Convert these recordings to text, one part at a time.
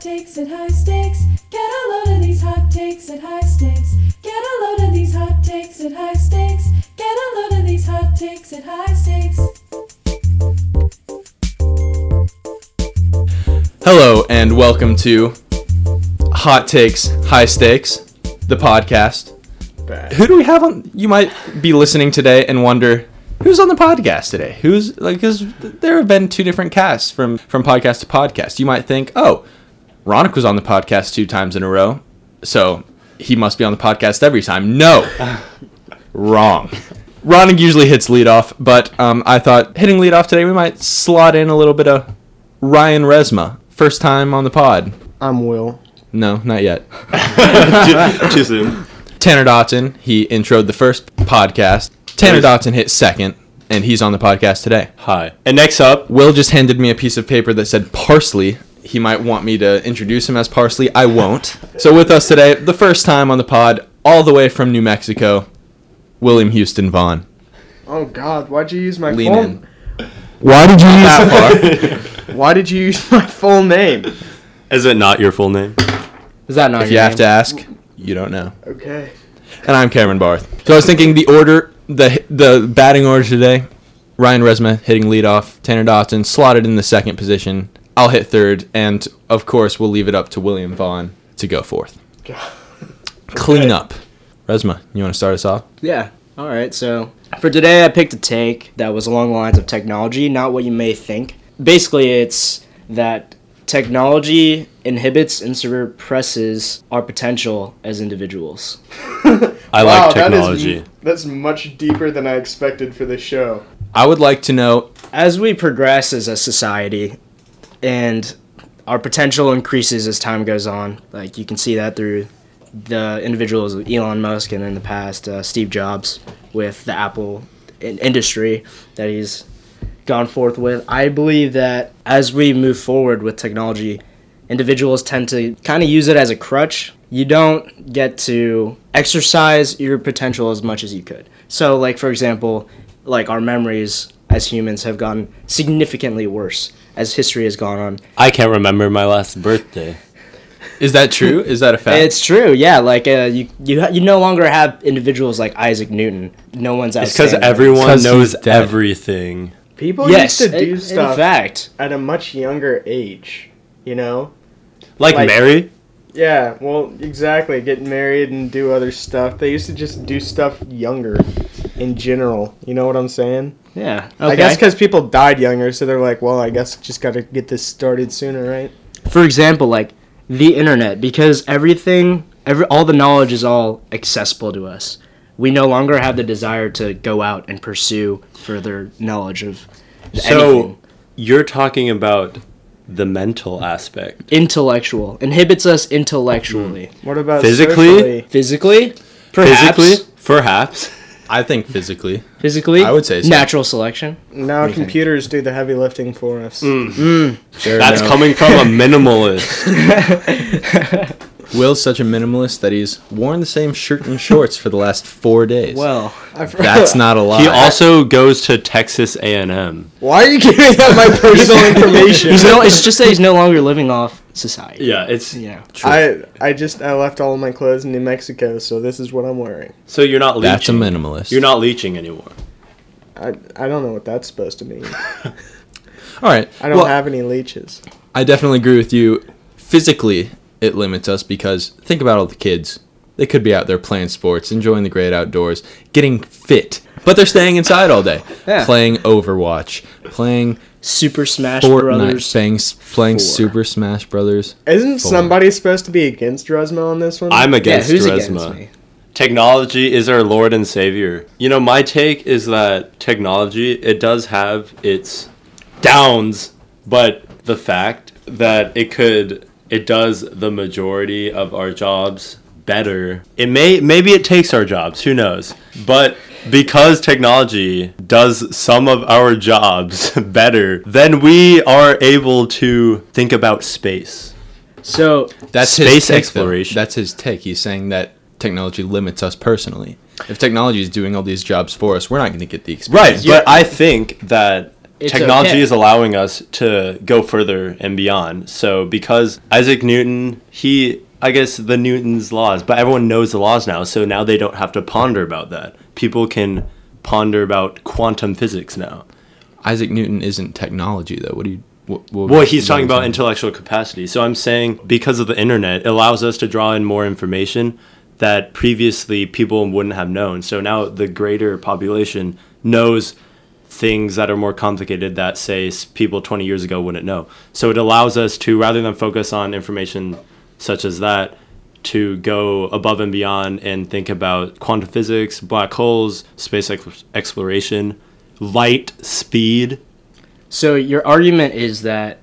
takes at high stakes. Get a load of these hot takes at high stakes. Get a load of these hot takes at high stakes. Get a load of these hot takes at high stakes. Hello and welcome to Hot Takes, High Stakes, the podcast. Bad. Who do we have on? You might be listening today and wonder who's on the podcast today. Who's like? Because there have been two different casts from from podcast to podcast. You might think, oh, Ronick was on the podcast two times in a row, so he must be on the podcast every time. No, wrong. Ronick usually hits lead off, but um, I thought hitting lead off today, we might slot in a little bit of Ryan Resma, first time on the pod. I'm Will. No, not yet. too, too soon. Tanner Dotson, he introed the first podcast. Tanner Dotson hit second, and he's on the podcast today. Hi. And next up, Will just handed me a piece of paper that said Parsley. He might want me to introduce him as Parsley. I won't. So with us today, the first time on the pod, all the way from New Mexico, William Houston Vaughn. Oh God, why'd you use my Lean full? in. Why did you use That far. Why did you use my full name? is it not your full name? Is that not if you have to ask, you don't know. Okay. And I'm Cameron Barth. So I was thinking the order, the the batting order today. Ryan Resma hitting leadoff, Tanner Dotson slotted in the second position. I'll hit third, and of course we'll leave it up to William Vaughn to go fourth. Clean up. Resma, you want to start us off? Yeah. All right. So for today, I picked a take that was along the lines of technology, not what you may think. Basically, it's that technology inhibits and suppresses our potential as individuals. I like technology. That is, that's much deeper than I expected for this show. I would like to know. As we progress as a society, and our potential increases as time goes on, like you can see that through the individuals of Elon Musk and in the past uh, Steve Jobs with the Apple in- industry that he's gone forth with. I believe that as we move forward with technology, individuals tend to kind of use it as a crutch. You don't get to exercise your potential as much as you could. So, like for example, like our memories as humans have gotten significantly worse as history has gone on. I can't remember my last birthday. Is that true? Is that a fact? It's true, yeah. Like uh, you, you, ha- you no longer have individuals like Isaac Newton. No one's It's because outstanding. everyone 'Cause he's knows dead. everything. People yes, used to in- do stuff In fact, at a much younger age. You know? Like, Like- Mary? Yeah. Well, exactly. Get married and do other stuff. They used to just do stuff younger, in general. You know what I'm saying? yeah. Okay. I guess because people died younger, so they're like, well, I guess just gotta get this started sooner, right? for example, like the internet, because everything, every all the knowledge is all accessible to us. We no longer have the desire to go out and pursue further knowledge of So- anything. You're talking about the mental aspect. Intellectual inhibits us intellectually, What about Physically? socially? physically, perhaps, Physically? Perhaps. I think physically. physically. I would say so. natural selection. Now computers do the heavy lifting for us. Mm. That's coming from a minimalist. Will's such a minimalist that he's worn the same shirt and shorts for the last four days. Well, I've- that's not a lie. he also goes to Texas A&M. Why are you giving out my personal information? he's no. It's just that he's no longer living off society. Yeah, it's You know. I I just I left all of my clothes in New Mexico, so this is what I'm wearing. so you're not leeching. that's a minimalist. You're not leeching anymore. I I don't know what that's supposed to mean. All right. I don't well, have any leeches. I definitely agree with you. Physically, it limits us because think about all the kids. They could be out there playing sports, enjoying the great outdoors, getting fit, but they're staying inside all day, Yeah. playing Overwatch, playing Super Smash Fortnite, Brothers. playing, playing four. Super Smash Brothers. Isn't somebody supposed to be against Resmo on this one? I'm Yeah, against who's Resma. against me? technology is our lord and savior you know my take is that technology it does have its downs but the fact that it could it does the majority of our jobs better it may maybe it takes our jobs who knows but because technology does some of our jobs better then we are able to think about space So That's his Space take, though. exploration. That's his take. He's saying that technology limits us personally. If technology is doing all these jobs for us, we're not going to get the experience. Right, but I think that It's technology okay. is allowing us to go further and beyond. So because Isaac Newton, he I guess the Newton's laws, but everyone knows the laws now, so now they don't have to ponder about that. People can ponder about quantum physics now. Isaac Newton isn't technology though. What do you? What, what, Well, he's talking about what- intellectual capacity. So I'm saying because of the internet, it allows us to draw in more information that previously people wouldn't have known. So now the greater population knows things that are more complicated that say s- people 20 years ago wouldn't know. So it allows us to rather than focus on information such as that to go above and beyond and think about quantum physics, black holes, space ex- exploration, light, speed. So your argument is that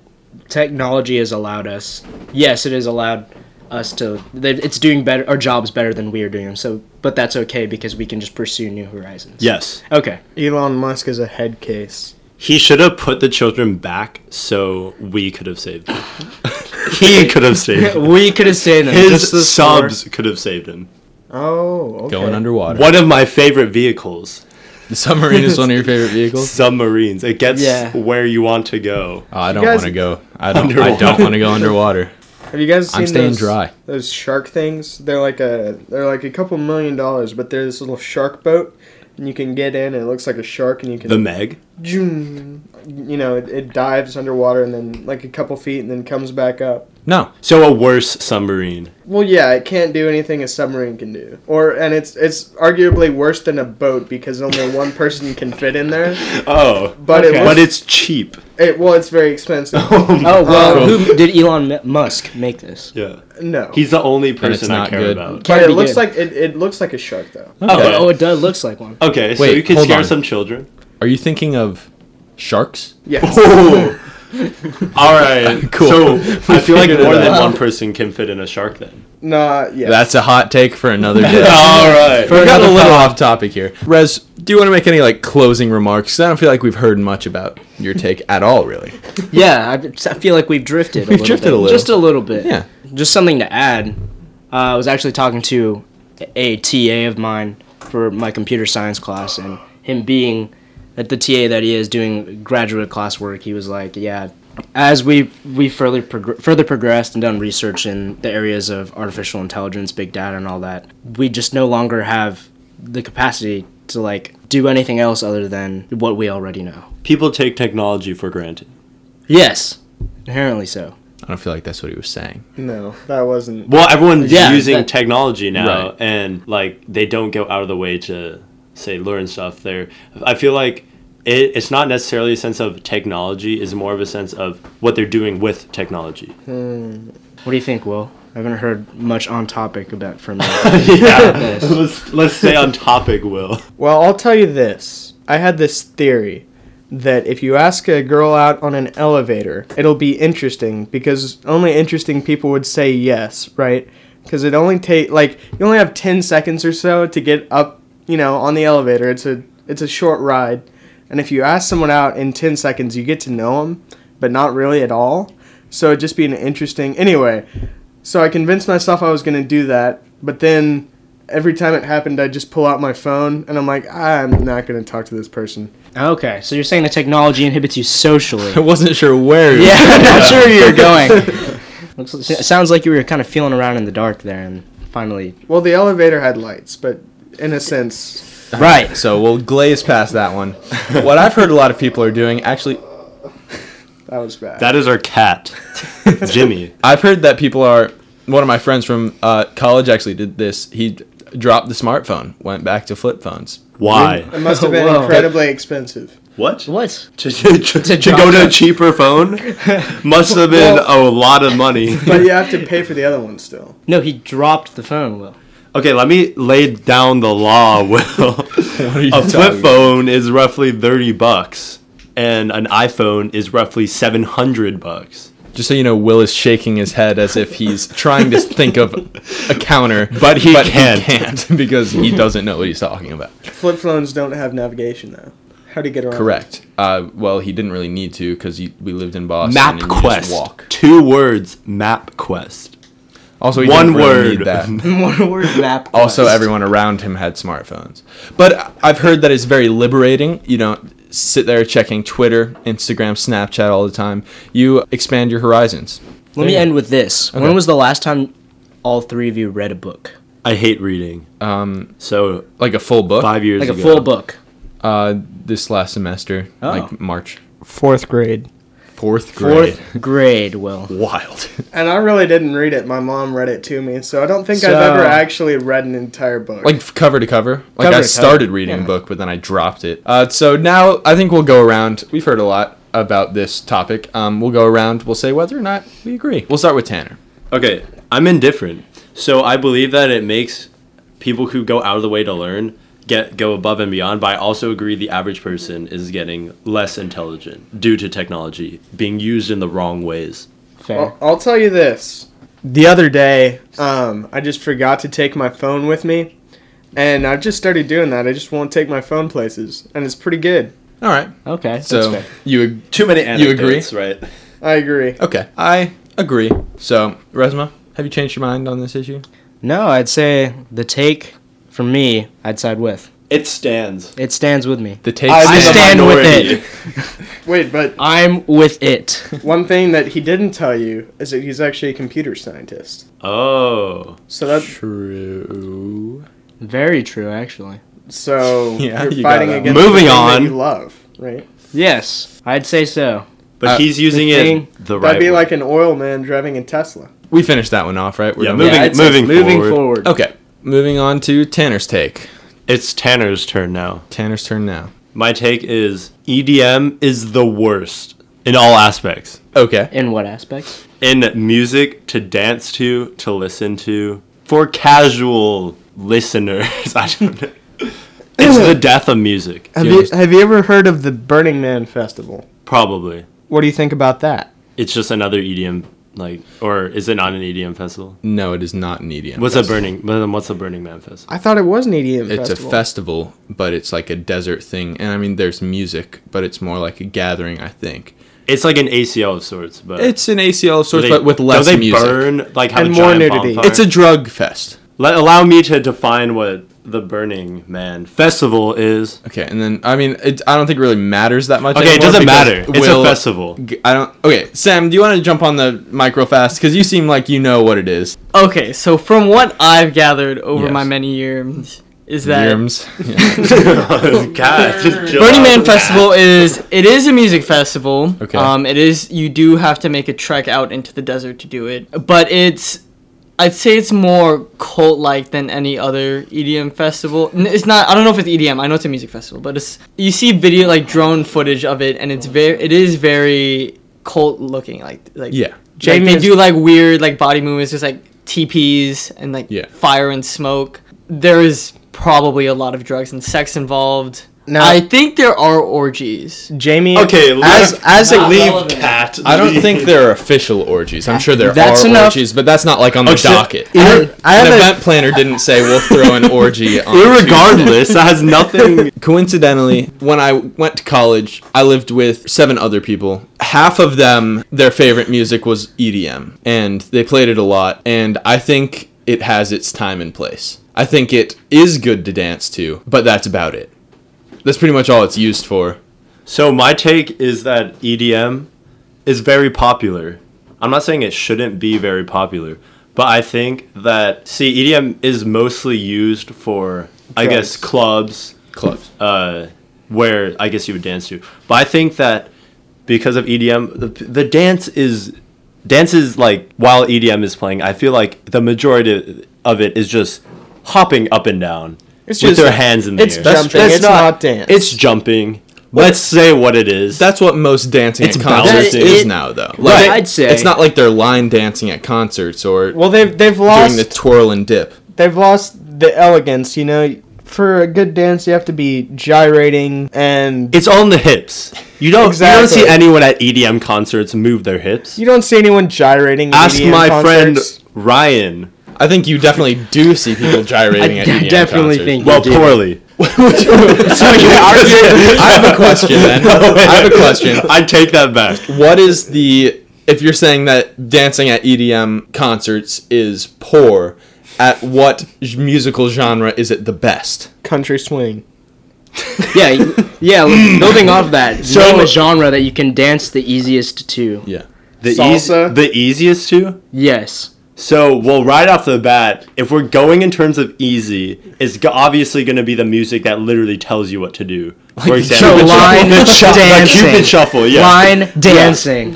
technology has allowed us. Yes, it has allowed us to. that It's doing better. Our jobs better than we are doing them. So, but that's okay because we can just pursue new horizons. Yes. Okay. Elon Musk is a head case. He should have put the children back so we could have saved them. he could have saved them. we could have stayed in His subs could have saved him. Oh, okay. going underwater? One of my favorite vehicles, The submarine is one of your favorite vehicles. submarines. It gets Yeah. where you want to go. Oh, I don't guys- want to go. I don't. I Underwater. don't want to go underwater. Have you guys seen I'm staying those, dry. those shark things? They're like a they're like a couple million dollars, but they're this little shark boat, and you can get in. and It looks like a shark, and you can The Meg. zoom, you know it, it dives underwater and then like a couple feet and then comes back up. No, So a worse submarine. Well, yeah, it can't do anything a submarine can do, or and it's it's arguably worse than a boat because only one person can fit in there. Oh, But it Okay. was but it's cheap. it well, it's very expensive. Oh well, Um, who did Elon M- Musk make this? Yeah, no, he's the only it's person I not care good. about. but Can't it be looks good. like it, it looks like a shark though. Oh, Okay. oh, it does looks like one. Okay, so Wait, you can hold scare on. some children. are you thinking of sharks? Yes. All right, cool. So I feel like figured it more than out. one person can fit in a shark. Then. Nah. Yeah. That's a hot take for another day. All right. we got a little off topic here. Rez, do you want to make any like closing remarks? 'Cause I don't feel like we've heard much about your take at all, really. Yeah, I, I feel like we've drifted. A We've little drifted bit. a little. Just a little bit. Yeah. Just something to add. Uh, I was actually talking to a TA of mine for my computer science class, and him being at the TA that he is doing graduate classwork, he was like, "Yeah." As we we further prog- further progressed and done research in the areas of artificial intelligence, big data, and all that, we just no longer have the capacity to like do anything else other than what we already know. People take technology for granted. Yes, inherently so. I don't feel like that's what he was saying. no, that wasn't. Well, everyone's Yeah, using that- technology now, Right. and like they don't go out of the way to say learn stuff. There, I feel like it, it's not necessarily a sense of technology; is more of a sense of what they're doing with technology. What do you think, Will? I haven't heard much on topic about from you. yeah, let's let's stay on topic, Will. Well, I'll tell you this. I had this theory that if you ask a girl out on an elevator, it'll be interesting because only interesting people would say yes, right? Because it only take like you only have ten seconds or so to get up, you know, on the elevator. It's a it's a short ride, and if you ask someone out in ten seconds, you get to know them, but not really at all. So it'd just be an interesting. Anyway, so I convinced myself I was going to do that, but then every time it happened, I just pull out my phone and I'm like, I'm not going to talk to this person. okay, so you're saying that technology inhibits you socially. I wasn't sure where. he yeah, was- I'm not sure where you're going. Looks, it sounds like you were kind of feeling around in the dark there, and finally, Well, the elevator had lights, but in a sense, right. So we'll glaze past that one. what I've heard a lot of people are doing, actually, that was bad. That is our cat, Jimmy. I've heard that people are. One of my friends from uh, college actually did this. He d- dropped the smartphone, went back to flip phones. it Why? must have been Whoa. incredibly expensive. What? What? To, to, to, drop go to a that. cheaper phone must have been a lot of money. But you have to pay for the other one still. No, he dropped the phone. Will. Okay, let me lay down the law, Will. What are you a talking flip phone is roughly 30 bucks and an iphone is roughly 700 bucks Just so you know, Will is shaking his head as if he's trying to think of a counter, But he can't. can't because he doesn't know what he's talking about. Flip phones don't have navigation, though. How do you get around? Correct. Uh, well, he didn't really need to because we lived in Boston. and you just mapquest Walk. two words mapquest Also, he one didn't really need word that. One word map. Also, everyone around him had smartphones. But I- I've heard that it's very liberating. You know, sit there checking Twitter, Instagram, Snapchat all the time. You expand your horizons. Let me end with this. Okay. When was the last time all three of you read a book? I hate reading. Um, uh, So like a full book. five years Like a ago. full book. Uh, this last semester, Oh. like March, Fourth grade. fourth grade. Fourth grade, Will. Wild. And I really didn't read it. My mom read it to me, so I don't think So- I've ever actually read an entire book. like f- cover to cover. Like Cover to I cover, started reading yeah. a book, but then I dropped it. Uh, so now I think we'll go around. We've heard a lot about this topic. Um, we'll go around. We'll say whether or not we agree. We'll start with Tanner. Okay, I'm indifferent. So I believe that it makes people who go out of the way to learn get go above and beyond. But I also agree the average person is getting less intelligent due to technology being used in the wrong ways. Fair. I'll, I'll tell you this. The other day, um, I just forgot to take my phone with me, and I've just started doing that. I just won't take my phone places, and it's pretty good. All right. okay. So that's fair. you ag- Too many anecdotes, You agree? Right. I agree. okay? I agree. So Resma, have you changed your mind on this issue? No, I'd say the take from me, I'd side with. It stands. It stands with me. The take. I I I'm a stand with minority. it. Wait, but I'm with it. one thing that he didn't tell you is that he's actually a computer scientist. Oh. So that True. Very true, actually. so Yeah, you're you got fighting that one. against the Moving thing that on. you love, right? Yes, I'd say so. But Uh, he's using the thing- it the right That'd be way. like an oil man driving a Tesla. We finished that one off, right? We're Yeah, done with Moving- Yeah, that? I'd say moving moving forward. forward. Okay. Moving on to Tanner's take. It's Tanner's turn now. Tanner's turn now. My take is EDM is the worst in all aspects. Okay. In what aspects? in music to dance to, to listen to, for casual listeners. I don't know. It's the death of music, Have you you, understand- have you ever heard of the Burning Man festival? probably. What do you think about that? It's just another EDM, like, or is it not an EDM festival? No, it is not an EDM. What's festival. a burning? But then what's a Burning Man festival? I thought it was an EDM It's festival. a festival, but it's like a desert thing. And I mean, there's music, but it's more like a gathering, I think. It's like an ACL of sorts, but It's an ACL of Do sorts, they- but with less do they music. burn like have And a more giant nudity. bonfire? It's a drug fest. Let, allow me to define what the Burning Man festival is. Okay, and then I mean, it, I don't think it really matters that much. Okay, it anymore doesn't because matter. It's Will- a festival. g- I don't. Okay, Sam, do you want to jump on the mic real fast? Because you seem like you know what it is. Okay, so from what I've gathered over my Yes. many years is that Yerms. Yeah. God, just chill Burning out. Man Festival is it is a music festival. Okay. Um, it is you do have to make a trek out into the desert to do it, but it's I'd say it's more cult like than any other EDM festival. N- It's not I don't know if it's EDM. I know it's a music festival, but it's you see video like drone footage of it, and it's very it is very cult looking like like yeah. Like, Jamie they is- do like weird like body movements, just like teepees and like Yeah. fire and smoke. There is probably a lot of drugs and sex involved. Now- I think there are orgies. Jamie. Okay, as leave- as a leave cat. I don't think there are official orgies. I'm sure there That's are enough- orgies, but that's not like on the Oh, shit. docket. I, I An have a- event planner didn't say we'll throw an orgy on. Irregardless, that has nothing. coincidentally, when I went to college, I lived with seven other people. Half of them, their favorite music was EDM, and they played it a lot. And I think it has its time and place. I think it is good to dance to, but that's about it. That's pretty much all it's used for. So my take is that EDM is very popular. I'm not saying it shouldn't be very popular, but I think that see EDM is mostly used for I guess Drugs. clubs Clubs. uh, where I guess you would dance to. But I think that because of EDM, the, the dance is dance is like while EDM is playing, I feel like the majority of it is just hopping up and down It's with just- their hands in the it's air. jumping, it's not dance. It's jumping. Let's say what it is. That's what most dancing It's at concerts bouncing. is It- now, though. Right. I'd say- it's not like they're line dancing at concerts or well, they've they've doing lost the twirl and dip. they've lost the elegance. You know, for a good dance, you have to be gyrating and It's on the hips. You don't you Exactly. don't see anyone at EDM concerts move their hips. you don't see anyone gyrating. in Ask EDM my concerts. friend Ryan. I think you definitely do see people gyrating at I EDM definitely concerts. think- Well, did. poorly. I have a question then. I have a question. I take that back. What is the if you're saying that dancing at EDM concerts is poor, at what j- musical genre is it the best? country swing. yeah, you- yeah. l- building off that, So- name a genre that you can dance the easiest to. Yeah. The Salsa? eas- the easiest to? Yes. So, well, right off the bat, if we're going in terms of easy, it's go- obviously going to be the music that literally tells you what to do. For So the line Cupid shuffle- the dancing. Cupid shuffle, yeah. Line dancing.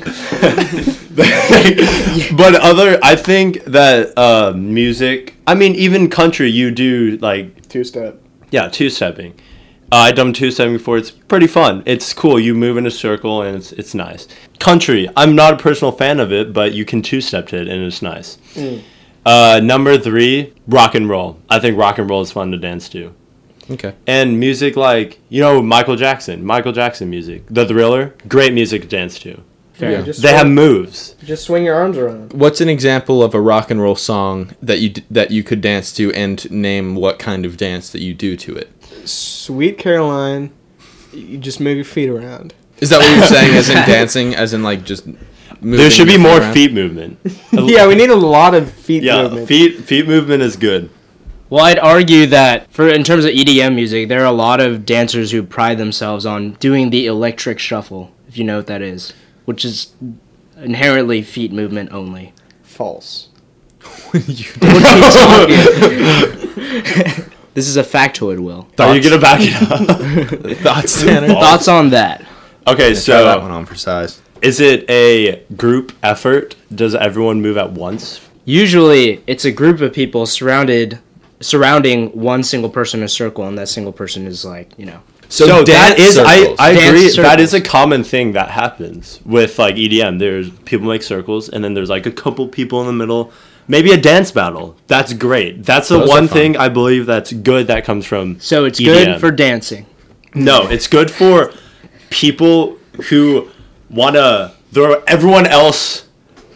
but other, I think that uh, music. I mean, even country, you do like Two step. yeah, two stepping. Uh, I done two stepping before. It's pretty fun. It's cool. You move in a circle and it's it's nice. Country. I'm not a personal fan of it, but you can two step to it and it's nice. Uh, number three, rock and roll. I think rock and roll is fun to dance to. Okay. And music like you know Michael Jackson, Michael Jackson music, The Thriller, great music to dance to. Yeah. Just, They swing, have moves. just swing your arms around. What's an example of a rock and roll song that you d- that you could dance to, and name what kind of dance that you do to it? Sweet Caroline, you just move your feet around. Is that what you're saying? As in dancing, as in like just. Moving There should be your more around? feet movement. Yeah, we need a lot of feet yeah, movement. feet feet movement is good. Well, I'd argue that for in terms of EDM music, there are a lot of dancers who pride themselves on doing the electric shuffle, if you know what that is, which is inherently feet movement only. False. What are you talking? this is a factoid, Will. Are you gonna back it up? Thoughts, Tanner? Thoughts on that? okay, Try that so one on for size. Is it a group effort? Does everyone move at once? Usually, it's a group of people surrounded, surrounding one single person in a circle, and that single person is like, you know, So, that is I, I Dance agree that circles. is a common thing that happens with like EDM. There's people make circles and then there's like a couple people in the middle. Maybe a dance battle. That's great. That's the Those are one fun. thing I believe that's good that comes from E so it's EDM. good for dancing. No, it's good for people who want to throw everyone else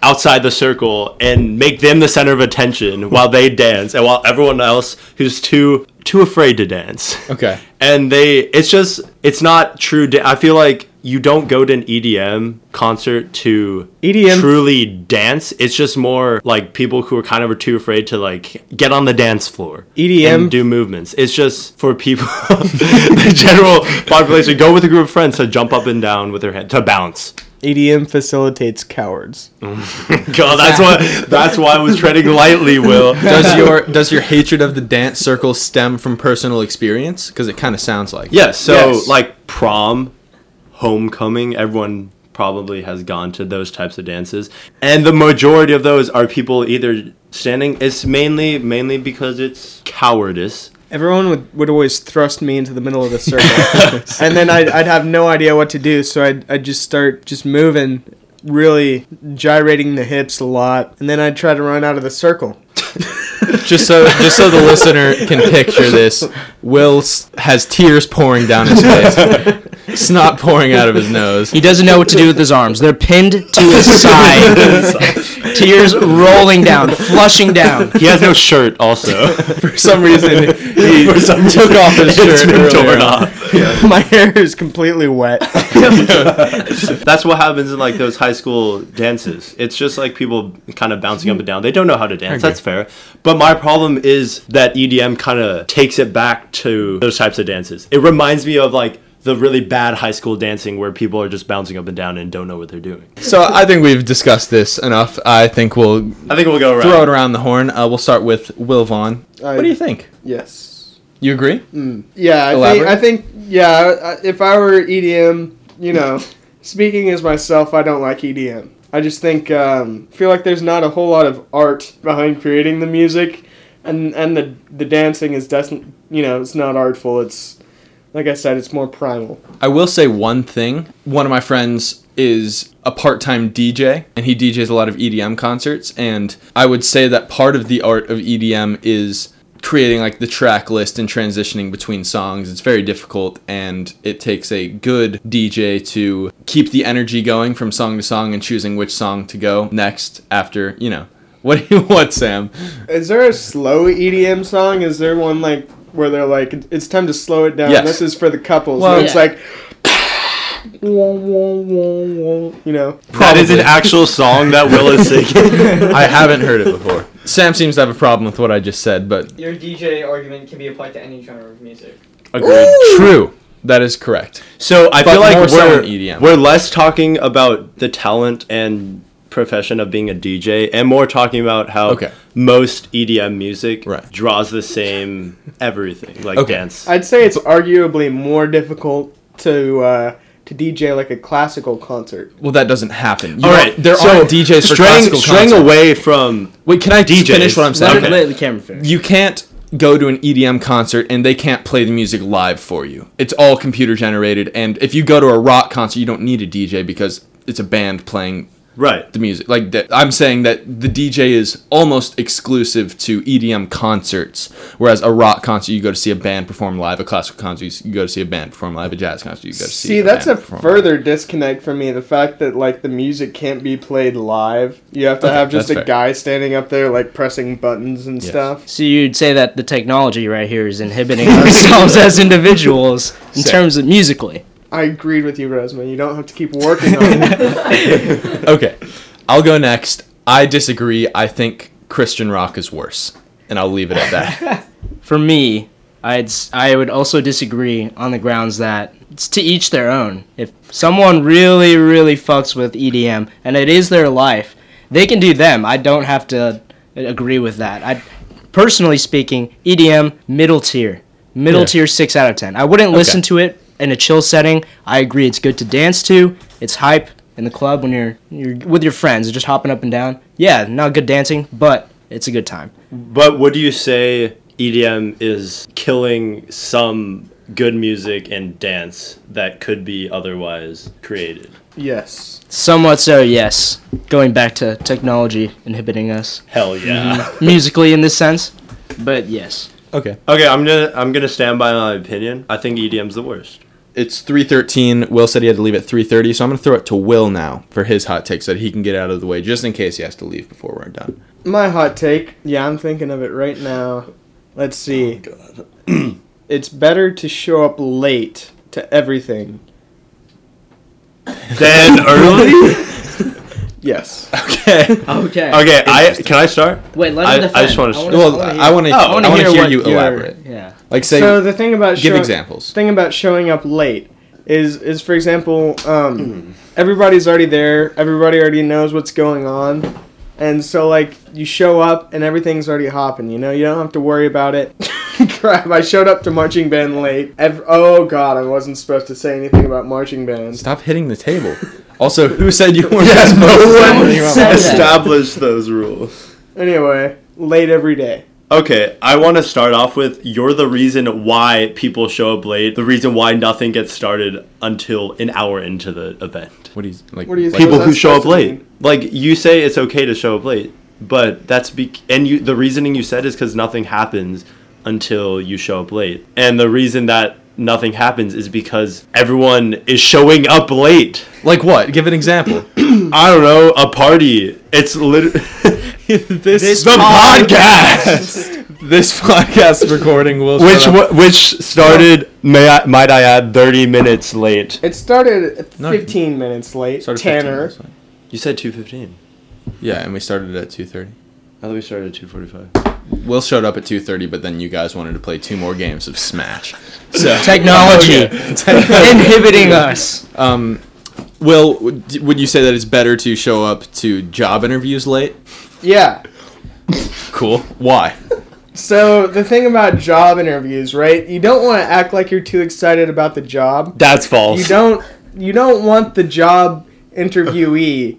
outside the circle and make them the center of attention while they dance and while everyone else who's too too afraid to dance. Okay. And they it's just it's not true da- I feel like you don't go to an EDM concert to EDM truly dance. It's just more like people who are kind of too afraid to like get on the dance floor. EDM and do movements. It's just for people, the general population. Go with a group of friends to jump up and down with their head to bounce. EDM E facilitates cowards. God, that's what. That's why I was treading lightly, Will. Does your does your hatred of the dance circle stem from personal experience? Because it kind of sounds like. it. Yes. So Yes. like prom, homecoming, everyone probably has gone to those types of dances, and the majority of those are people either standing. It's mainly mainly because it's cowardice. Everyone would, would always thrust me into the middle of the circle. and then I'd, I'd have no idea what to do, so I'd, I'd just start just moving, really gyrating the hips a lot. And then I'd try to run out of the circle. Just so just so the listener can picture this, Will s- has tears pouring down his face, snot pouring out of his nose. He doesn't know what to do with his arms. They're pinned to his side, tears rolling down, flushing down. He has no shirt. Also, For some reason, he For some took reason, off his it's shirt. been earlier torn on. off. My hair is completely wet. That's what happens in like those high school dances. It's just like people kind of bouncing up and down. They don't know how to dance. That's fair. But my problem is that E EDM kind of takes it back to those types of dances. It reminds me of like the really bad high school dancing where people are just bouncing up and down and don't know what they're doing. So I think we've discussed this enough. I think we'll I think we'll go around. throw it around the horn. Uh, we'll start with Will Vaughn. I- what do you think? Yes. You agree? Mm. Yeah, I think, Elaborate? I think, yeah, I- if I were EDM, you know, speaking as myself, I don't like EDM. I just think, um, feel like there's not a whole lot of art behind creating the music, and and the the dancing is doesn't, you know, it's not artful. It's like I said, it's more primal. I will say one thing. One of my friends is a part-time DJ and he DJs a lot of EDM concerts and I would say that part of the art of EDM is creating like the track list and transitioning between songs. It's very difficult and it takes a good DJ to keep the energy going from song to song and choosing which song to go next after, you know. What do you want, Sam? Is there a slow EDM song? Is there one like where they're like, it's time to slow it down? Yes. This is for the couples. Well- and it's like, wah, wah, wah, wah, you know. That is an Probably. actual song that Will is singing. I haven't heard it before. Sam seems to have a problem with what I just said, but Your DJ argument can be applied to any genre of music. Agreed. True. That is correct. So I But feel like more so we're in E EDM. we're less talking about the talent and profession of being a DJ and more talking about how Okay. most EDM music Right. draws the same everything like Okay. dance. I'd say it's arguably more difficult to uh, to DJ like a classical concert. Well, that doesn't happen. You All don't- right, There so aren't DJs for straying, classical straying concerts. away from Wait, can I just DJs. finish what I'm saying? Okay. Let the camera finish. You can't go to an EDM concert and they can't play the music live for you. It's all computer generated. And if you go to a rock concert, you don't need a DJ because it's a band playing right. the music. Like that, I'm saying that the DJ is almost exclusive to EDM concerts, whereas a rock concert you go to see a band perform live, a classical concert you s- you go to see a band perform live, a jazz concert you go to see. See, that's a band perform further disconnect for me. The fact that like the music can't be played live. You have to Okay, have just that's a fair. guy standing up there like pressing buttons and Yes. stuff. So you'd say that the technology right here is inhibiting ourselves as individuals in terms of musically. I agreed with you, Rosemary. You don't have to keep working on it. live. Okay, I'll go next. I disagree. I think Christian rock is worse, and I'll leave it at that. For me, I'd s- I would also disagree on the grounds that it's to each their own. If someone really really fucks with EDM and it is their life, they can do them. I don't have to uh, agree with that. I personally speaking, EDM middle tier. Middle Yeah. tier 6 out of 10. I wouldn't listen to it in a chill setting. I agree it's good to dance to. It's hype in the club when you're you're with your friends just hopping up and down. Yeah, not good dancing, but it's a good time. But would you say EDM is killing some good music and dance that could be otherwise created? yes. Somewhat so, yes. Going back to technology inhibiting us Hell yeah. Mm. musically in this sense, but yes. okay. okay, I'm gonna I'm gonna stand by my opinion. I think EDM's the worst. It's 3:13. Will said he had to leave at 3:30, so I'm going to throw it to Will now for his hot take so that he can get out of the way just in case he has to leave before we're done. My hot take. Yeah, I'm thinking of it right now. Let's see. Oh, it's better to show up late to everything. Then early. Yes. Okay. Okay. Okay, I can I start? Wait, let I- him defend. I just wanna- wanna- well, wanna I want to I want to hear, what you your- elaborate. Yeah. Like say so the thing about give show- examples. thing about showing up late is is for example, Hmm. um, everybody's already there. Everybody already knows what's going on, and so like you show up and everything's already hopping. You know, you don't have to worry about it. Crap! I showed up to marching band late. Ev- oh God, I wasn't supposed to say anything about marching bands. Stop hitting the table. Also, who said you weren't supposed one to? said that. established those rules. Anyway, late every day. Okay, I want to start off with you're the reason why people show up late, the reason why nothing gets started until an hour into the event. What do you like? What do you like- think? People What's who that show up supposed to late. mean? Like you say it's okay to show up late, but that's be- and you the reasoning you said is cuz nothing happens until you show up late. And the reason that nothing happens is because everyone is showing up late. Like what? Give an example. I don't know, a party. It's literally this the podcast. this podcast recording will. which shut up. wa- which started may I, might I add 30 minutes late. It started at No, 15 minutes late. Started 15 Tanner. minutes late. You said 2:15. Yeah, and we started at two thirty. I thought we started at 2:45. Will showed up at two thirty, but then you guys wanted to play two more games of Smash. So Oh, Technology inhibiting us. Um, Will, would would you say that it's better to show up to job interviews late? Yeah. Cool. Why? So the thing about job interviews, right? You don't want to act like you're too excited about the job. That's false. You don't. You don't want the job interviewee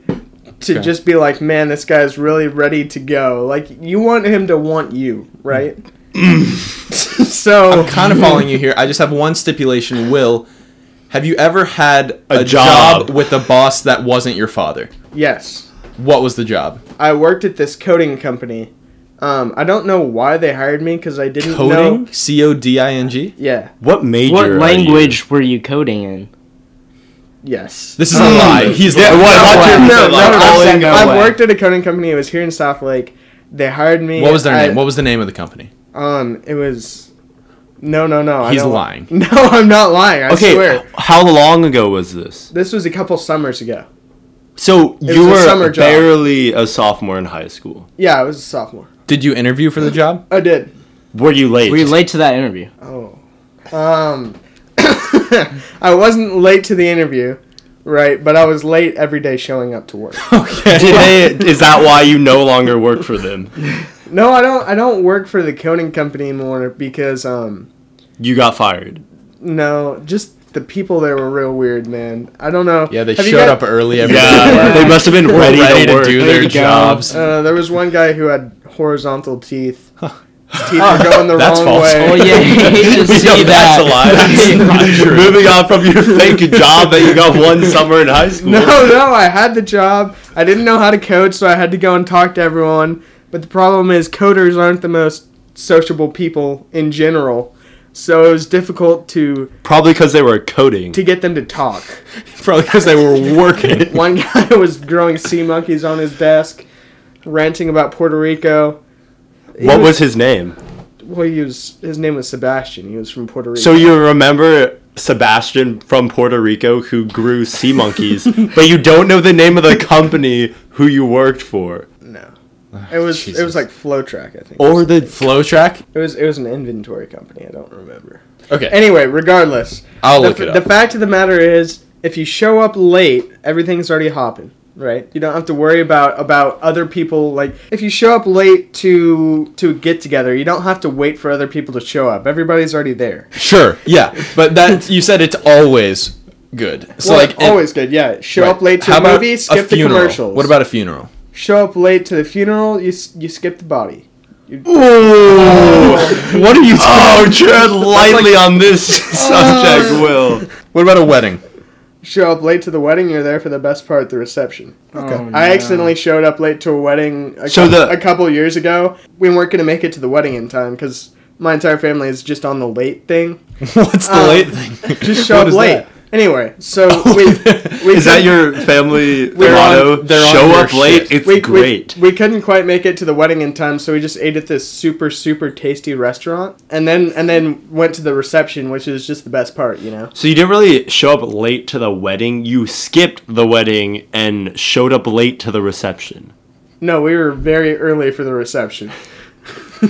to Okay. just be like, "Man, this guy's really ready to go." Like you want him to want you, right? so Mm. I'm kind of following you here. I just have one stipulation. Will, have you ever had A a, job. job. with a boss that wasn't your father? yes, What was the job? I worked at this coding company. Um, I don't know why they hired me because I didn't Coding? know. C O D I N G? Yeah. what major? What are you? language were you coding in? Yes. This is a lie. He's Yeah, lying. what- No what- way. no, no, no, like, no, all I've, in, no I've way. worked at a coding company. It was here in South Lake. They hired me. What was their I- name? What was the name of the company? Um, it was. No, no, no. I He's don't- lying. No, I'm not lying. I Okay, swear. h- how long ago was this? This was a couple summers ago. So you was a were summer job. barely a sophomore in high school. Yeah, I was a sophomore. Did you interview for the job? I did. Were you late? Were you late to that interview? Oh, I Um, I wasn't late to the interview, right? But I was late every day showing up to work. Okay. Did they, is that why you no longer work for them? no, I don't. I don't work for the coating company anymore because um, You got fired. no, just the people there were real weird, man. I don't know. Yeah, they Have you showed guys- up early every Yeah, day. they must have been Were ready, ready to to, work. do their jobs. Uh, there was one guy who had horizontal teeth. His teeth were going the That's wrong false. way. Oh yeah, you should We know see that's a that. lie. That's not true. Moving on from your fake job that you got one summer in high school. No, no, I had the job. I didn't know how to code, so I had to go and talk to everyone. But the problem is, coders aren't the most sociable people in general. So it was difficult to Probably because they were coding. to get them to talk. Probably because they were working. One guy was growing sea monkeys on his desk, ranting about Puerto Rico. He What was his name? Well, he was. His name was Sebastian. He was from Puerto Rico. So you remember Sebastian from Puerto Rico who grew sea monkeys, but you don't know the name of the company who you worked for no. It was it Jesus. Oh. was like Flowtrack, I think. or the Flow track. it was it was an inventory company. I don't remember. Okay, Anyway, regardless, I'll the, look it the up. fact of the matter is, if you show up late, everything's already hopping, right? You don't have to worry about about other people. Like if you show up late to to a get together, you don't have to wait for other people to show up. Everybody's already there. Sure, yeah, but that you said it's always good. So well, like it- always good, yeah. Show right. up late to How a about movie, skip the funeral? commercials. What about a funeral? show up late to the funeral? You s- you skip the body. what are you? Oh, tread lightly on this subject, Will. What about a wedding? Show up late to the wedding. You're there for the best part, the reception. Okay. Oh, I no. accidentally showed up late to a wedding a, So cou- the- a couple years ago. We weren't going to make it to the wedding in time because my entire family is just on the late thing. What's the Um, late thing? Just show What up is late. that? Anyway, so we, we Is that couldn't- your family They're motto? on- they're on Show your up late. shit. It's we, great. We, we couldn't quite make it to the wedding in time, so we just ate at this super super tasty restaurant, and then and then went to the reception, which is just the best part, you know. so you didn't really show up late to the wedding. You skipped the wedding and showed up late to the reception. No, we were very early for the reception.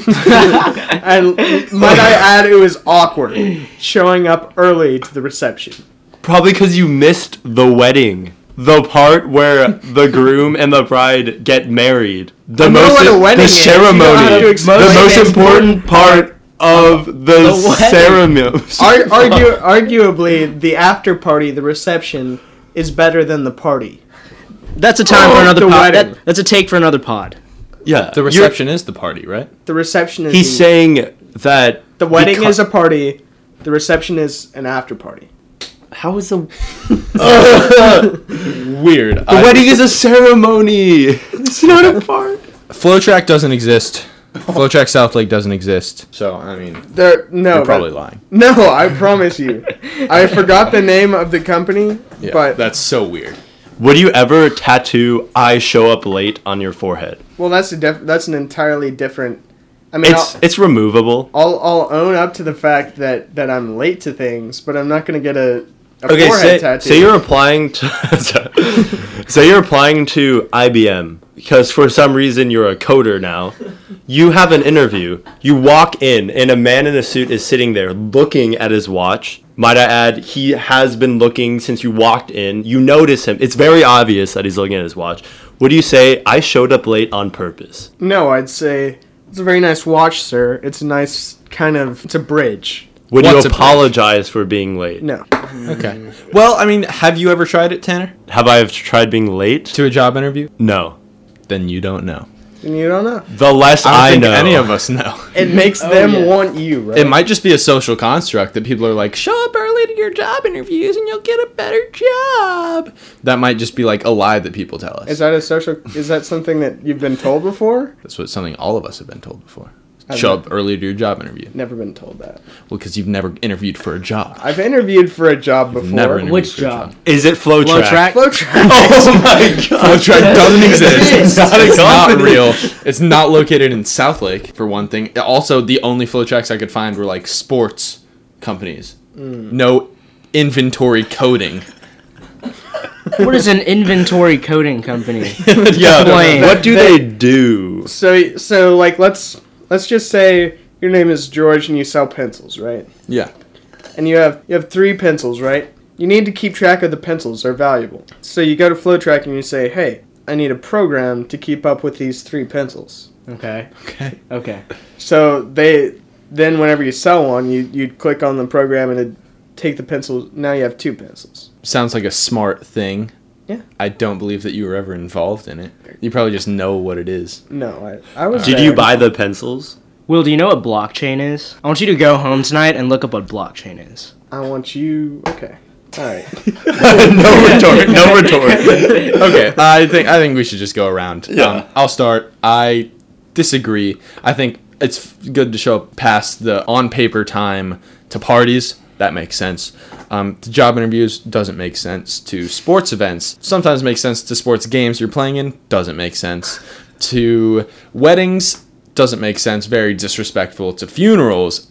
and might I add, it was awkward showing up early to the reception. Probably because you missed the wedding. The part where the groom and the bride get married. The I know most what a wedding the is. You don't ceremony. have to the explain most it. important part of the, ceremony. Ar- argu- arguably, the after party, the reception, is better than the party. That's a time for Oh, another the pod. wedding. That, that's a take for another pod. yeah. The reception is the party, right? The reception is He's the, saying that the wedding beco- is a party. The reception is an after party. How is the Weird. The wedding is a ceremony. It's not a part. Flowtrack doesn't exist. Flowtrack South Lake doesn't exist. So I mean, There, no, you're but- probably lying. no. I promise you, I forgot the name of the company, Yeah, but that's so weird. Would you ever tattoo "I show up late" on your forehead? well, that's a diff- that's an entirely different. I mean, It's I'll- it's removable. I'll I'll own up to the fact that that I'm late to things, but I'm not gonna get a, a Okay, forehead say, tattoo. say you're applying to say you're applying to IBM because for some reason you're a coder now. You have an interview. You walk in, and a man in a suit is sitting there looking at his watch. Might I add, he has been looking since you walked in. You notice him. It's very obvious that he's looking at his watch. Would you say, I showed up late on purpose? no, I'd say it's a very nice watch, sir. It's a nice kind of it's a bridge. Would What's a you bridge? apologize for being late? No, Okay. Well, I mean, have you ever tried it, Tanner, Have I tried being late? to a job interview? No. Then you don't know. and you don't know. The less I, I don't know. think any of us know. It makes them yeah. want you, right? It might just be a social construct that people are like, show up early to your job interviews and you'll get a better job. That might just be like a lie that people tell us. Is that a social? Is that something that you've been told before? That's what something all of us have been told before. Show up early to your job interview. Never been told that. Well, because you've never interviewed for a job. I've interviewed for a job before. Never interviewed Which for a job? Is it Flow Flow track? Oh my god. Flow track doesn't exist. It's It's not not, a company. real. It's not located in South Lake for one thing. Also, the only flow tracks I could find were like sports companies. No inventory coding. what is an inventory coding company? Explain. yeah. What do they do? So so like let's let's just say your name is George and you sell pencils, right? Yeah. and you have you have three pencils, right? You need to keep track of the pencils; they're valuable. So you go to FlowTrack and you say, "Hey, I need a program to keep up with these three pencils." Okay. Okay. Okay. So they then whenever you sell one, you you click on the program and it take the pencils. Now you have two pencils. Sounds like a smart thing. Yeah. I don't believe that you were ever involved in it. You probably just know what it is. No, I, I was. Did there. you buy the pencils? Will, do you know what blockchain is? I want you to go home tonight and look up what blockchain is. I want you. Okay. All right. no retort. No retort. okay, I think I think we should just go around. Um, Yeah. I'll start. I disagree. I think it's f- good to show up past the on paper time to parties. That makes sense. Um, to job interviews doesn't make sense. To sports events sometimes makes sense. To sports games you're playing in doesn't make sense. To weddings doesn't make sense. Very disrespectful. To funerals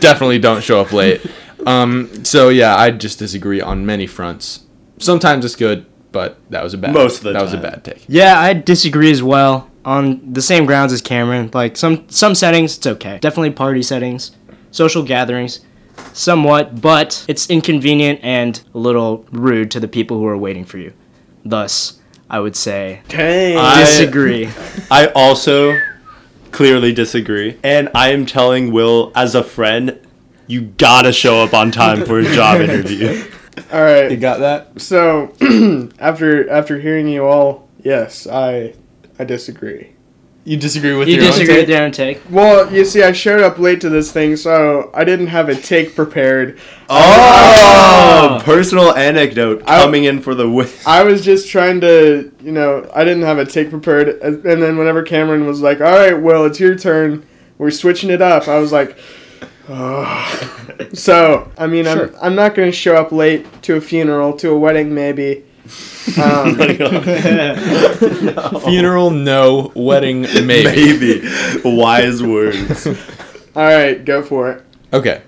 definitely don't show up late. Um, so yeah, I just disagree on many fronts. Sometimes it's good, but that was a bad. Most of the that was a time. bad take. Yeah, I disagree as well. On the same grounds as Cameron. Like some some settings, it's okay. Definitely party settings, social gatherings, somewhat, but it's inconvenient and a little rude to the people who are waiting for you. Thus, I would say Dang. I- disagree. I also clearly disagree. And I am telling Will, as a friend, you gotta show up on time for a job interview. All right. got that? So after after hearing you all, yes, I I disagree. You disagree with you your own disagree take? with your own take? Well, you see, I showed up late to this thing, so I didn't have a take prepared. Oh, personal anecdote coming in for the win. I was just trying to, you know, I didn't have a take prepared. And then whenever Cameron was like, "All right, well, it's your turn. We're switching it up," I was like, "Oh." So I mean, Sure. I'm I'm not gonna show up late to a funeral, to a wedding, maybe. Um, Funeral, no. Wedding, maybe. Maybe. Wise words. all right, go for it. Okay.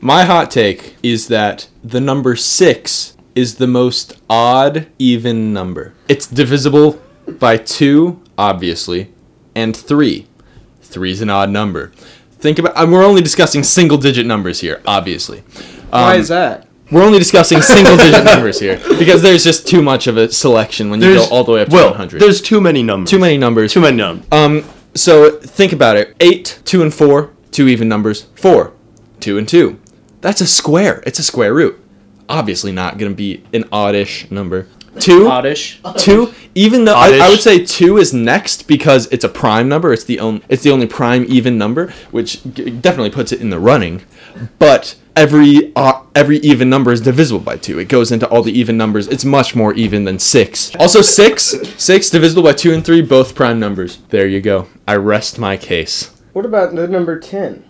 My hot take is that the number six is the most odd even number. It's divisible by two, obviously, and three. Three's an odd number. Think about. And we're only discussing single-digit numbers here, obviously. Why Um, is that? We're only discussing single-digit numbers here because there's just too much of a selection when you go all the way up to Will, 100. There's too many numbers. too many numbers. Too many numbers. Um, so think about it. Eight, two, and four, two even numbers. Four, two, and two. That's a square. It's a square root. Obviously not going to be an oddish number. Two, Oddish. two. Even though I, I Oddish. would say two is next because it's a prime number. It's the only it's the only prime even number, which g- definitely puts it in the running. But every uh, every even number is divisible by two. It goes into all the even numbers. It's much more even than six. Also six six divisible by two and three, both prime numbers. There you go. I rest my case. What about the number ten?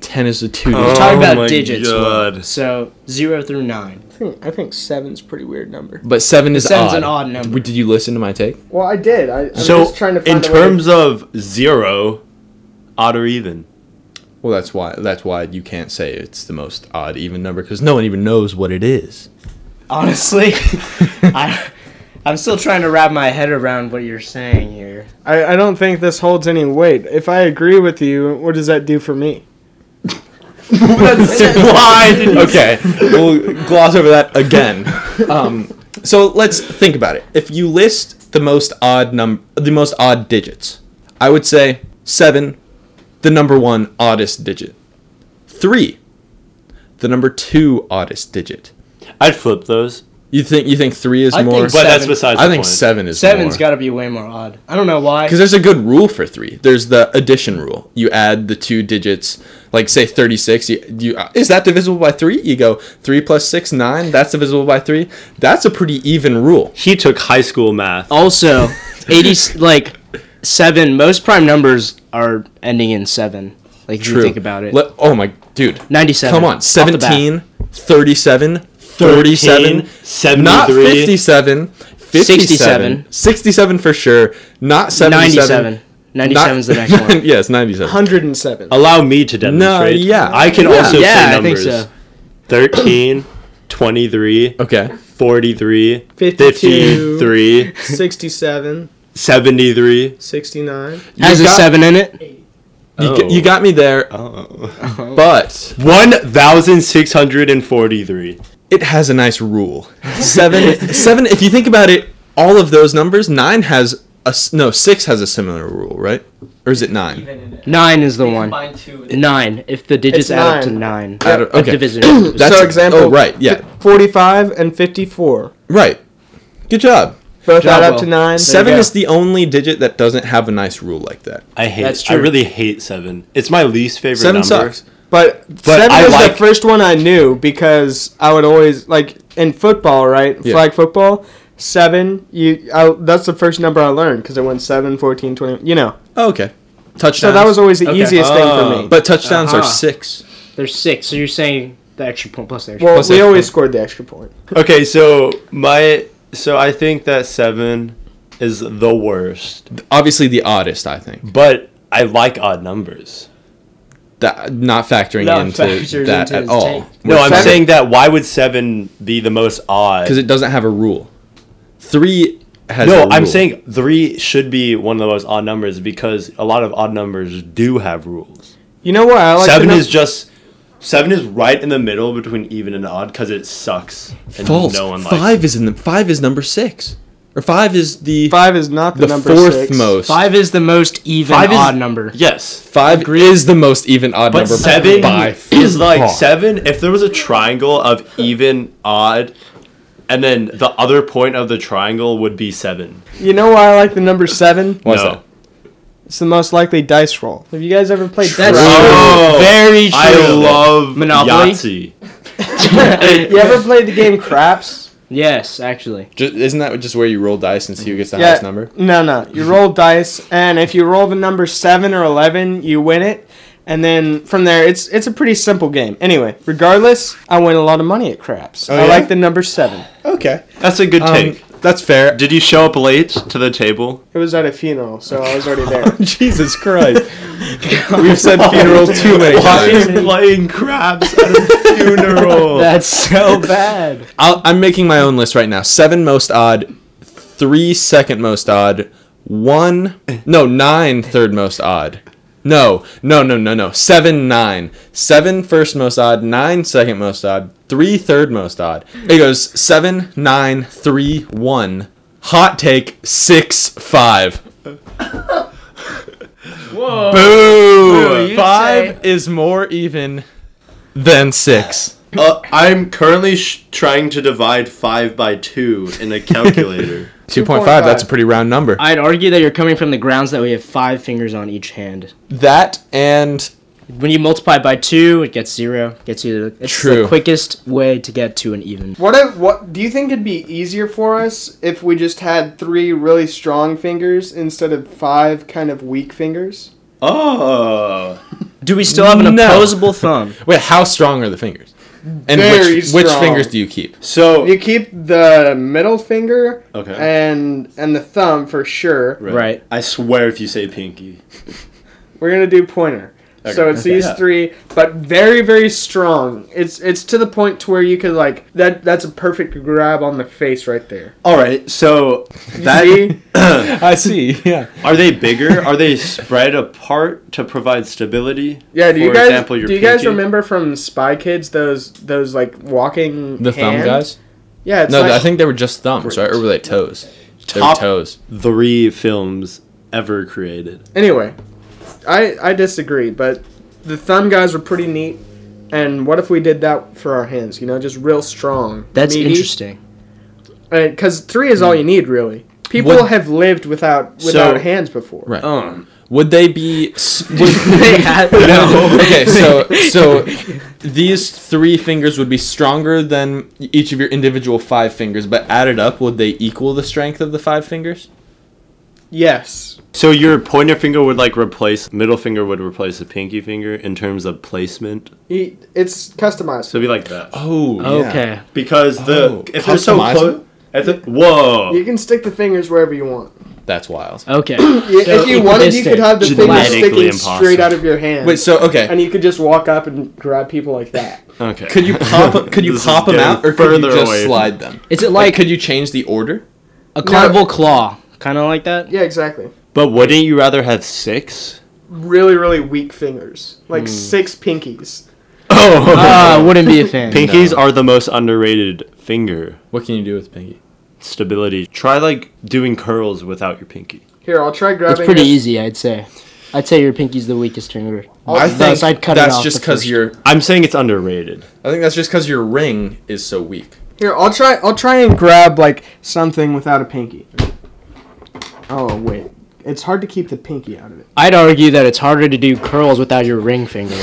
Ten is a two. Oh Talking my about digits. Will. God. So zero through nine. I think I think seven's a pretty weird number. But seven is Seven's odd. an odd number. W- Did you listen to my take? Well, I did. I, I'm So, just trying to find in a way to- terms of zero, odd or even. Well, that's why that's why you can't say it's the most odd even number because no one even knows what it is. Honestly, I, I'm still trying to wrap my head around what you're saying here. I, I don't think this holds any weight. If I agree with you, what does that do for me? why did okay we'll gloss over that again um, so let's think about it if you list the most odd num the most odd digits i would say seven the number one oddest digit three the number two oddest digit I'd flip those. you think you think three is I more think But that's Seven. besides i the think point. seven is Seven's more got to be way more odd. I don't know why. because there's a good rule for three. There's the addition rule. You add the two digits, like say 36. You, you uh, is that divisible by three? You go three plus six nine. That's divisible by three. That's a pretty even rule. He took high school math. Also, 80 like seven. Most prime numbers are ending in seven. Like if True. you think about it, Let- oh my dude. 97. Come on, Off the bat. 17, 37, 37, 13, not 73. 57, 57, 67. 67 for sure. Not 77. 97. 97's the next one. yes, 97. 107. Allow me to demonstrate. yeah. I can Yeah. also Yeah, say I think numbers. so. 13, 23, Okay. 43, 52. 53, 67, 73. 69. Has You a got- seven in it? You, g- Oh. you got me there, Oh. but 1,643. it has a nice rule. Seven, seven. If you think about it, all of those numbers. Nine has a s- no. Six has a similar rule, right? Or is it nine? Even in it. Nine is the They one. combine two and- Nine. If the It's digits add up to nine. nine. Add up- Of okay. Division. That's- so example. oh, right, yeah. f- Forty-five and fifty-four. Right. Good job. Both Job add up well. to nine. Seven go. is the only digit that doesn't have a nice rule like that. I hate. That's I true. really hate seven. It's my least favorite Seven number. sucks. But, seven I was the like- first one I knew because I would always like in football, right? Yeah. Flag football. Seven, you. I, that's the first number I learned because it went 7, 14, 20, You know, Oh, okay. Touchdowns. so that was always the Okay. easiest thing Oh. for me. But touchdowns are Uh-huh. six. There's six. So you're saying the extra point plus the extra. well, plus we extra point. always scored the extra point. Okay, so my so I think that seven is the worst, Obviously, the oddest. I think but I like odd numbers. that not factoring Not into factored that into at his all. take. No, I'm seven- saying that why would seven be the most odd? because it doesn't have a rule. Three has a No, rule. I'm saying three should be one of the most odd numbers because a lot of odd numbers do have rules. You know what? I like the seven num- is just seven is right in the middle between even and odd because it sucks and false. no one likes. five is in the five is number six, or five is the five is not the, the number fourth six. most. Five is the most even Five is- odd number. It. Yes, Five is the most even odd but number seven by is like far. seven. If there was a triangle of even, odd, and then the other point of the triangle would be seven. You know why I like the number seven? What's No. that? It's the most likely dice roll. Have you guys ever played That's True. Oh, very true. I love Monopoly? Yahtzee. You ever played the game craps? Yes, actually. Ju- isn't that just where you roll dice and see who gets the highest number? No, no. You roll dice, and if you roll the number seven or eleven, you win it. And then from there, it's it's a pretty simple game. Anyway, regardless, I win a lot of money at craps. I yeah? like the number seven. Okay, That's a good Um, take. that's fair. Did you show up late to the table? It was at a funeral, so I was already there. Jesus Christ, we've said funeral too many Why times. playing craps at a funeral? That's so bad. I'll, I'm making my own list right now. Seven most odd, three second most odd, one no nine third most odd. No, no, no, no, no. Seven, nine. Seven first most odd, nine second most odd, three third most odd. It goes seven, nine, three, one. Hot take six, five. Whoa. Boo, Boo! you Five is more even than six. Uh, I'm currently sh- trying to divide five by two in a calculator. 2.5, that's a pretty round number. I'd argue that you're coming from the grounds that we have five fingers on each hand. That and When you multiply by two, it gets zero. Gets you. It's True. the quickest way to get to an even. what if what do you think it'd be easier for us if we just had three really strong fingers instead of five kind of weak fingers? oh, Do we still have an No. opposable thumb? wait, how strong are the fingers? And Very which which strong. fingers do you keep? so You keep the middle finger Okay. and and the thumb for sure. Right. I swear, if you say pinky, We're gonna do pointer. So it's Okay. these Yeah. three, but very very strong. It's it's to the point to where you could like that. That's a perfect grab on the face right there. all right. So You that see? I see. Yeah. are they bigger? Are they spread apart to provide stability? Yeah. Do you For guys example, your do you guys pinky? remember from Spy Kids those those like walking The thumb hand? guys? Yeah. It's No, like, I think they were just thumbs, right? Or were they toes? They were Top- toes. Three films ever created. Anyway, I I disagree, but the thumb guys were pretty neat. And what if we did that for our hands? You know, just real strong. That's meaty. interesting. Because three is all you need, really. People Would- have lived without without hands before. Right. Um, Would they be s- would- They had- Okay, so so these three fingers would be stronger than each of your individual five fingers, but added up, would they equal the strength of the five fingers? Yes. so your pointer finger would like replace middle finger would replace a pinky finger in terms of placement. He- It's customized. So it'd be like that. Oh, Okay. because the Oh, if they're so customizable? close, if the, whoa, You can stick the fingers wherever you want. That's wild. Okay. Yeah, So if you wanted, you equidistant. could have the fingers Genetically sticking straight impossible. out of your hand. Wait, so okay. and you could just walk up and grab people like that. okay. Could you pop? Could you This is pop them getting out, or could you further just away. slide them? Is it Like, like could you change the order? a carnival claw? Kind of like that? Yeah, exactly. But wouldn't you rather have six? really, really weak fingers, like six pinkies. Oh, Uh, wouldn't be a fan. pinkies are the most underrated finger What can you do with pinky? stability. Try like doing curls without your pinky. Here, I'll try grabbing. It's pretty it. easy, I'd say. I'd say your pinky's the weakest finger. I Thus, I'd cut it that's off just the because first. your I'm saying it's underrated. I think that's just because your ring is so weak. Here, I'll try. I'll try and grab like something without a pinky. Oh wait, it's hard to keep the pinky out of it. I'd argue that it's harder to do curls without your ring finger.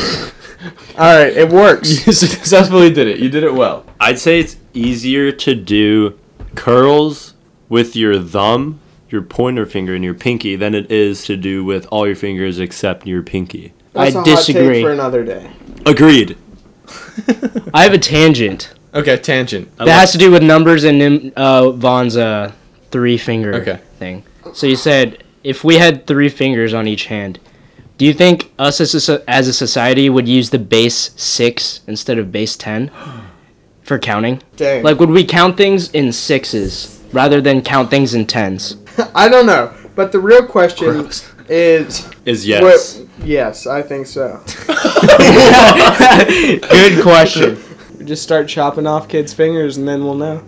All right, it works. You successfully did it. You did it well. I'd say it's easier to do curls with your thumb, your pointer finger, and your pinky than it is to do with all your fingers except your pinky. That's I a Hot disagree. take for another day. Agreed. I have a tangent Okay, tangent. I that like- has to do with numbers and Nim- uh, Vaughn's uh, three finger Okay. thing. So you said if we had three fingers on each hand, do you think us as a, so- as a society would use the base six instead of base ten for counting? Dang. Like, would we count things in sixes rather than count things in tens? I don't know, but the real question is. is yes. What, yes, I think so. Good question. Just start chopping off kids' fingers, and then we'll know.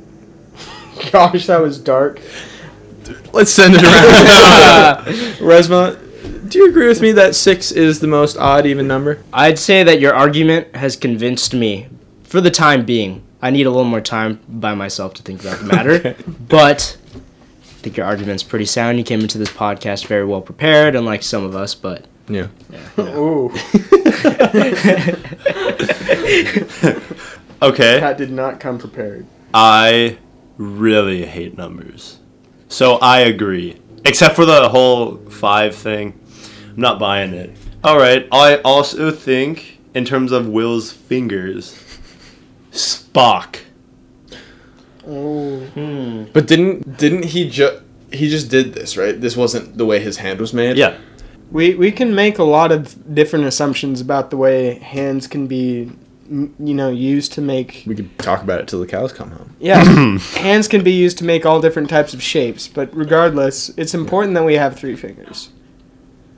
Gosh, that was dark. Let's send it around. Resma, do you agree with me that six is the most odd even number? I'd say that your argument has convinced me for the time being. I need a little more time by myself to think about the matter. But I think your argument's pretty sound. You came into this podcast very well prepared, unlike some of us, but Yeah. Ooh, Okay. Pat did not come prepared. I really hate numbers. So I agree. Except for the whole five thing. I'm not buying it. Alright, I also think, in terms of Will's fingers, Spock. Oh. But didn't didn't he just he just did this right? This wasn't the way his hand was made. Yeah. We we can make a lot of different assumptions about the way hands can be, m- you know, used to make. We could talk about it till the cows come home. Yeah, hands can be used to make all different types of shapes. But regardless, it's important that we have three fingers.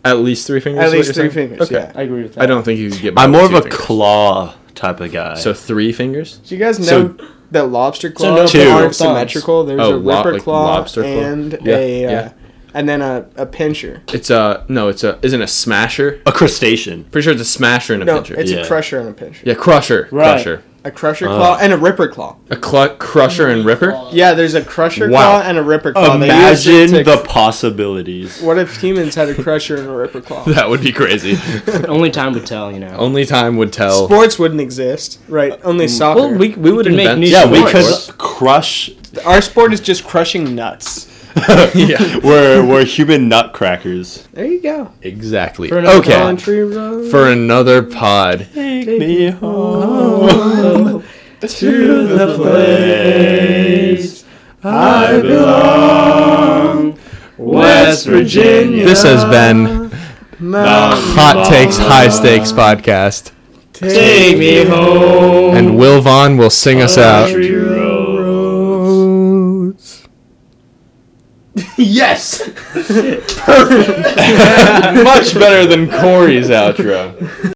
At least three fingers. At is what least you're three saying? fingers. Okay. Yeah, I agree with that. I don't think you could get. by I'm with more of two a fingers. claw type of guy. So three fingers. Do you guys So- know that lobster So claws no aren't thumbs. symmetrical? There's Oh, a lo- ripper like claw lobster claw? and Yeah, a uh, yeah. and then a, a pincher. It's a no. It's a isn't a smasher. a crustacean. Pretty sure it's a smasher and a No, pincher. Uh, it's Yeah. a crusher and a pincher. yeah, crusher, crusher, A crusher claw and a ripper claw. a cl- crusher and ripper. Yeah, there's a crusher Wow. claw and a ripper claw. They use it to- Imagine the possibilities. What if humans had a crusher and a ripper claw? That would be crazy. only time would tell, you know. Only time would tell. Sports wouldn't exist, right? Mm. Only soccer. Well, we, we would could make invent. new Yeah, we Of could course. crush. Our sport is just crushing nuts. yeah, We're, we're human nutcrackers. There you go. exactly. For another okay, pod. Tree road. for another pod. Me home. To the place I belong, West Virginia. This has been Hot Takes High Stakes podcast, Take me home. and Will Vaughn will sing Oh, us out. Country roads. Yes, perfect. Much better than Corey's outro.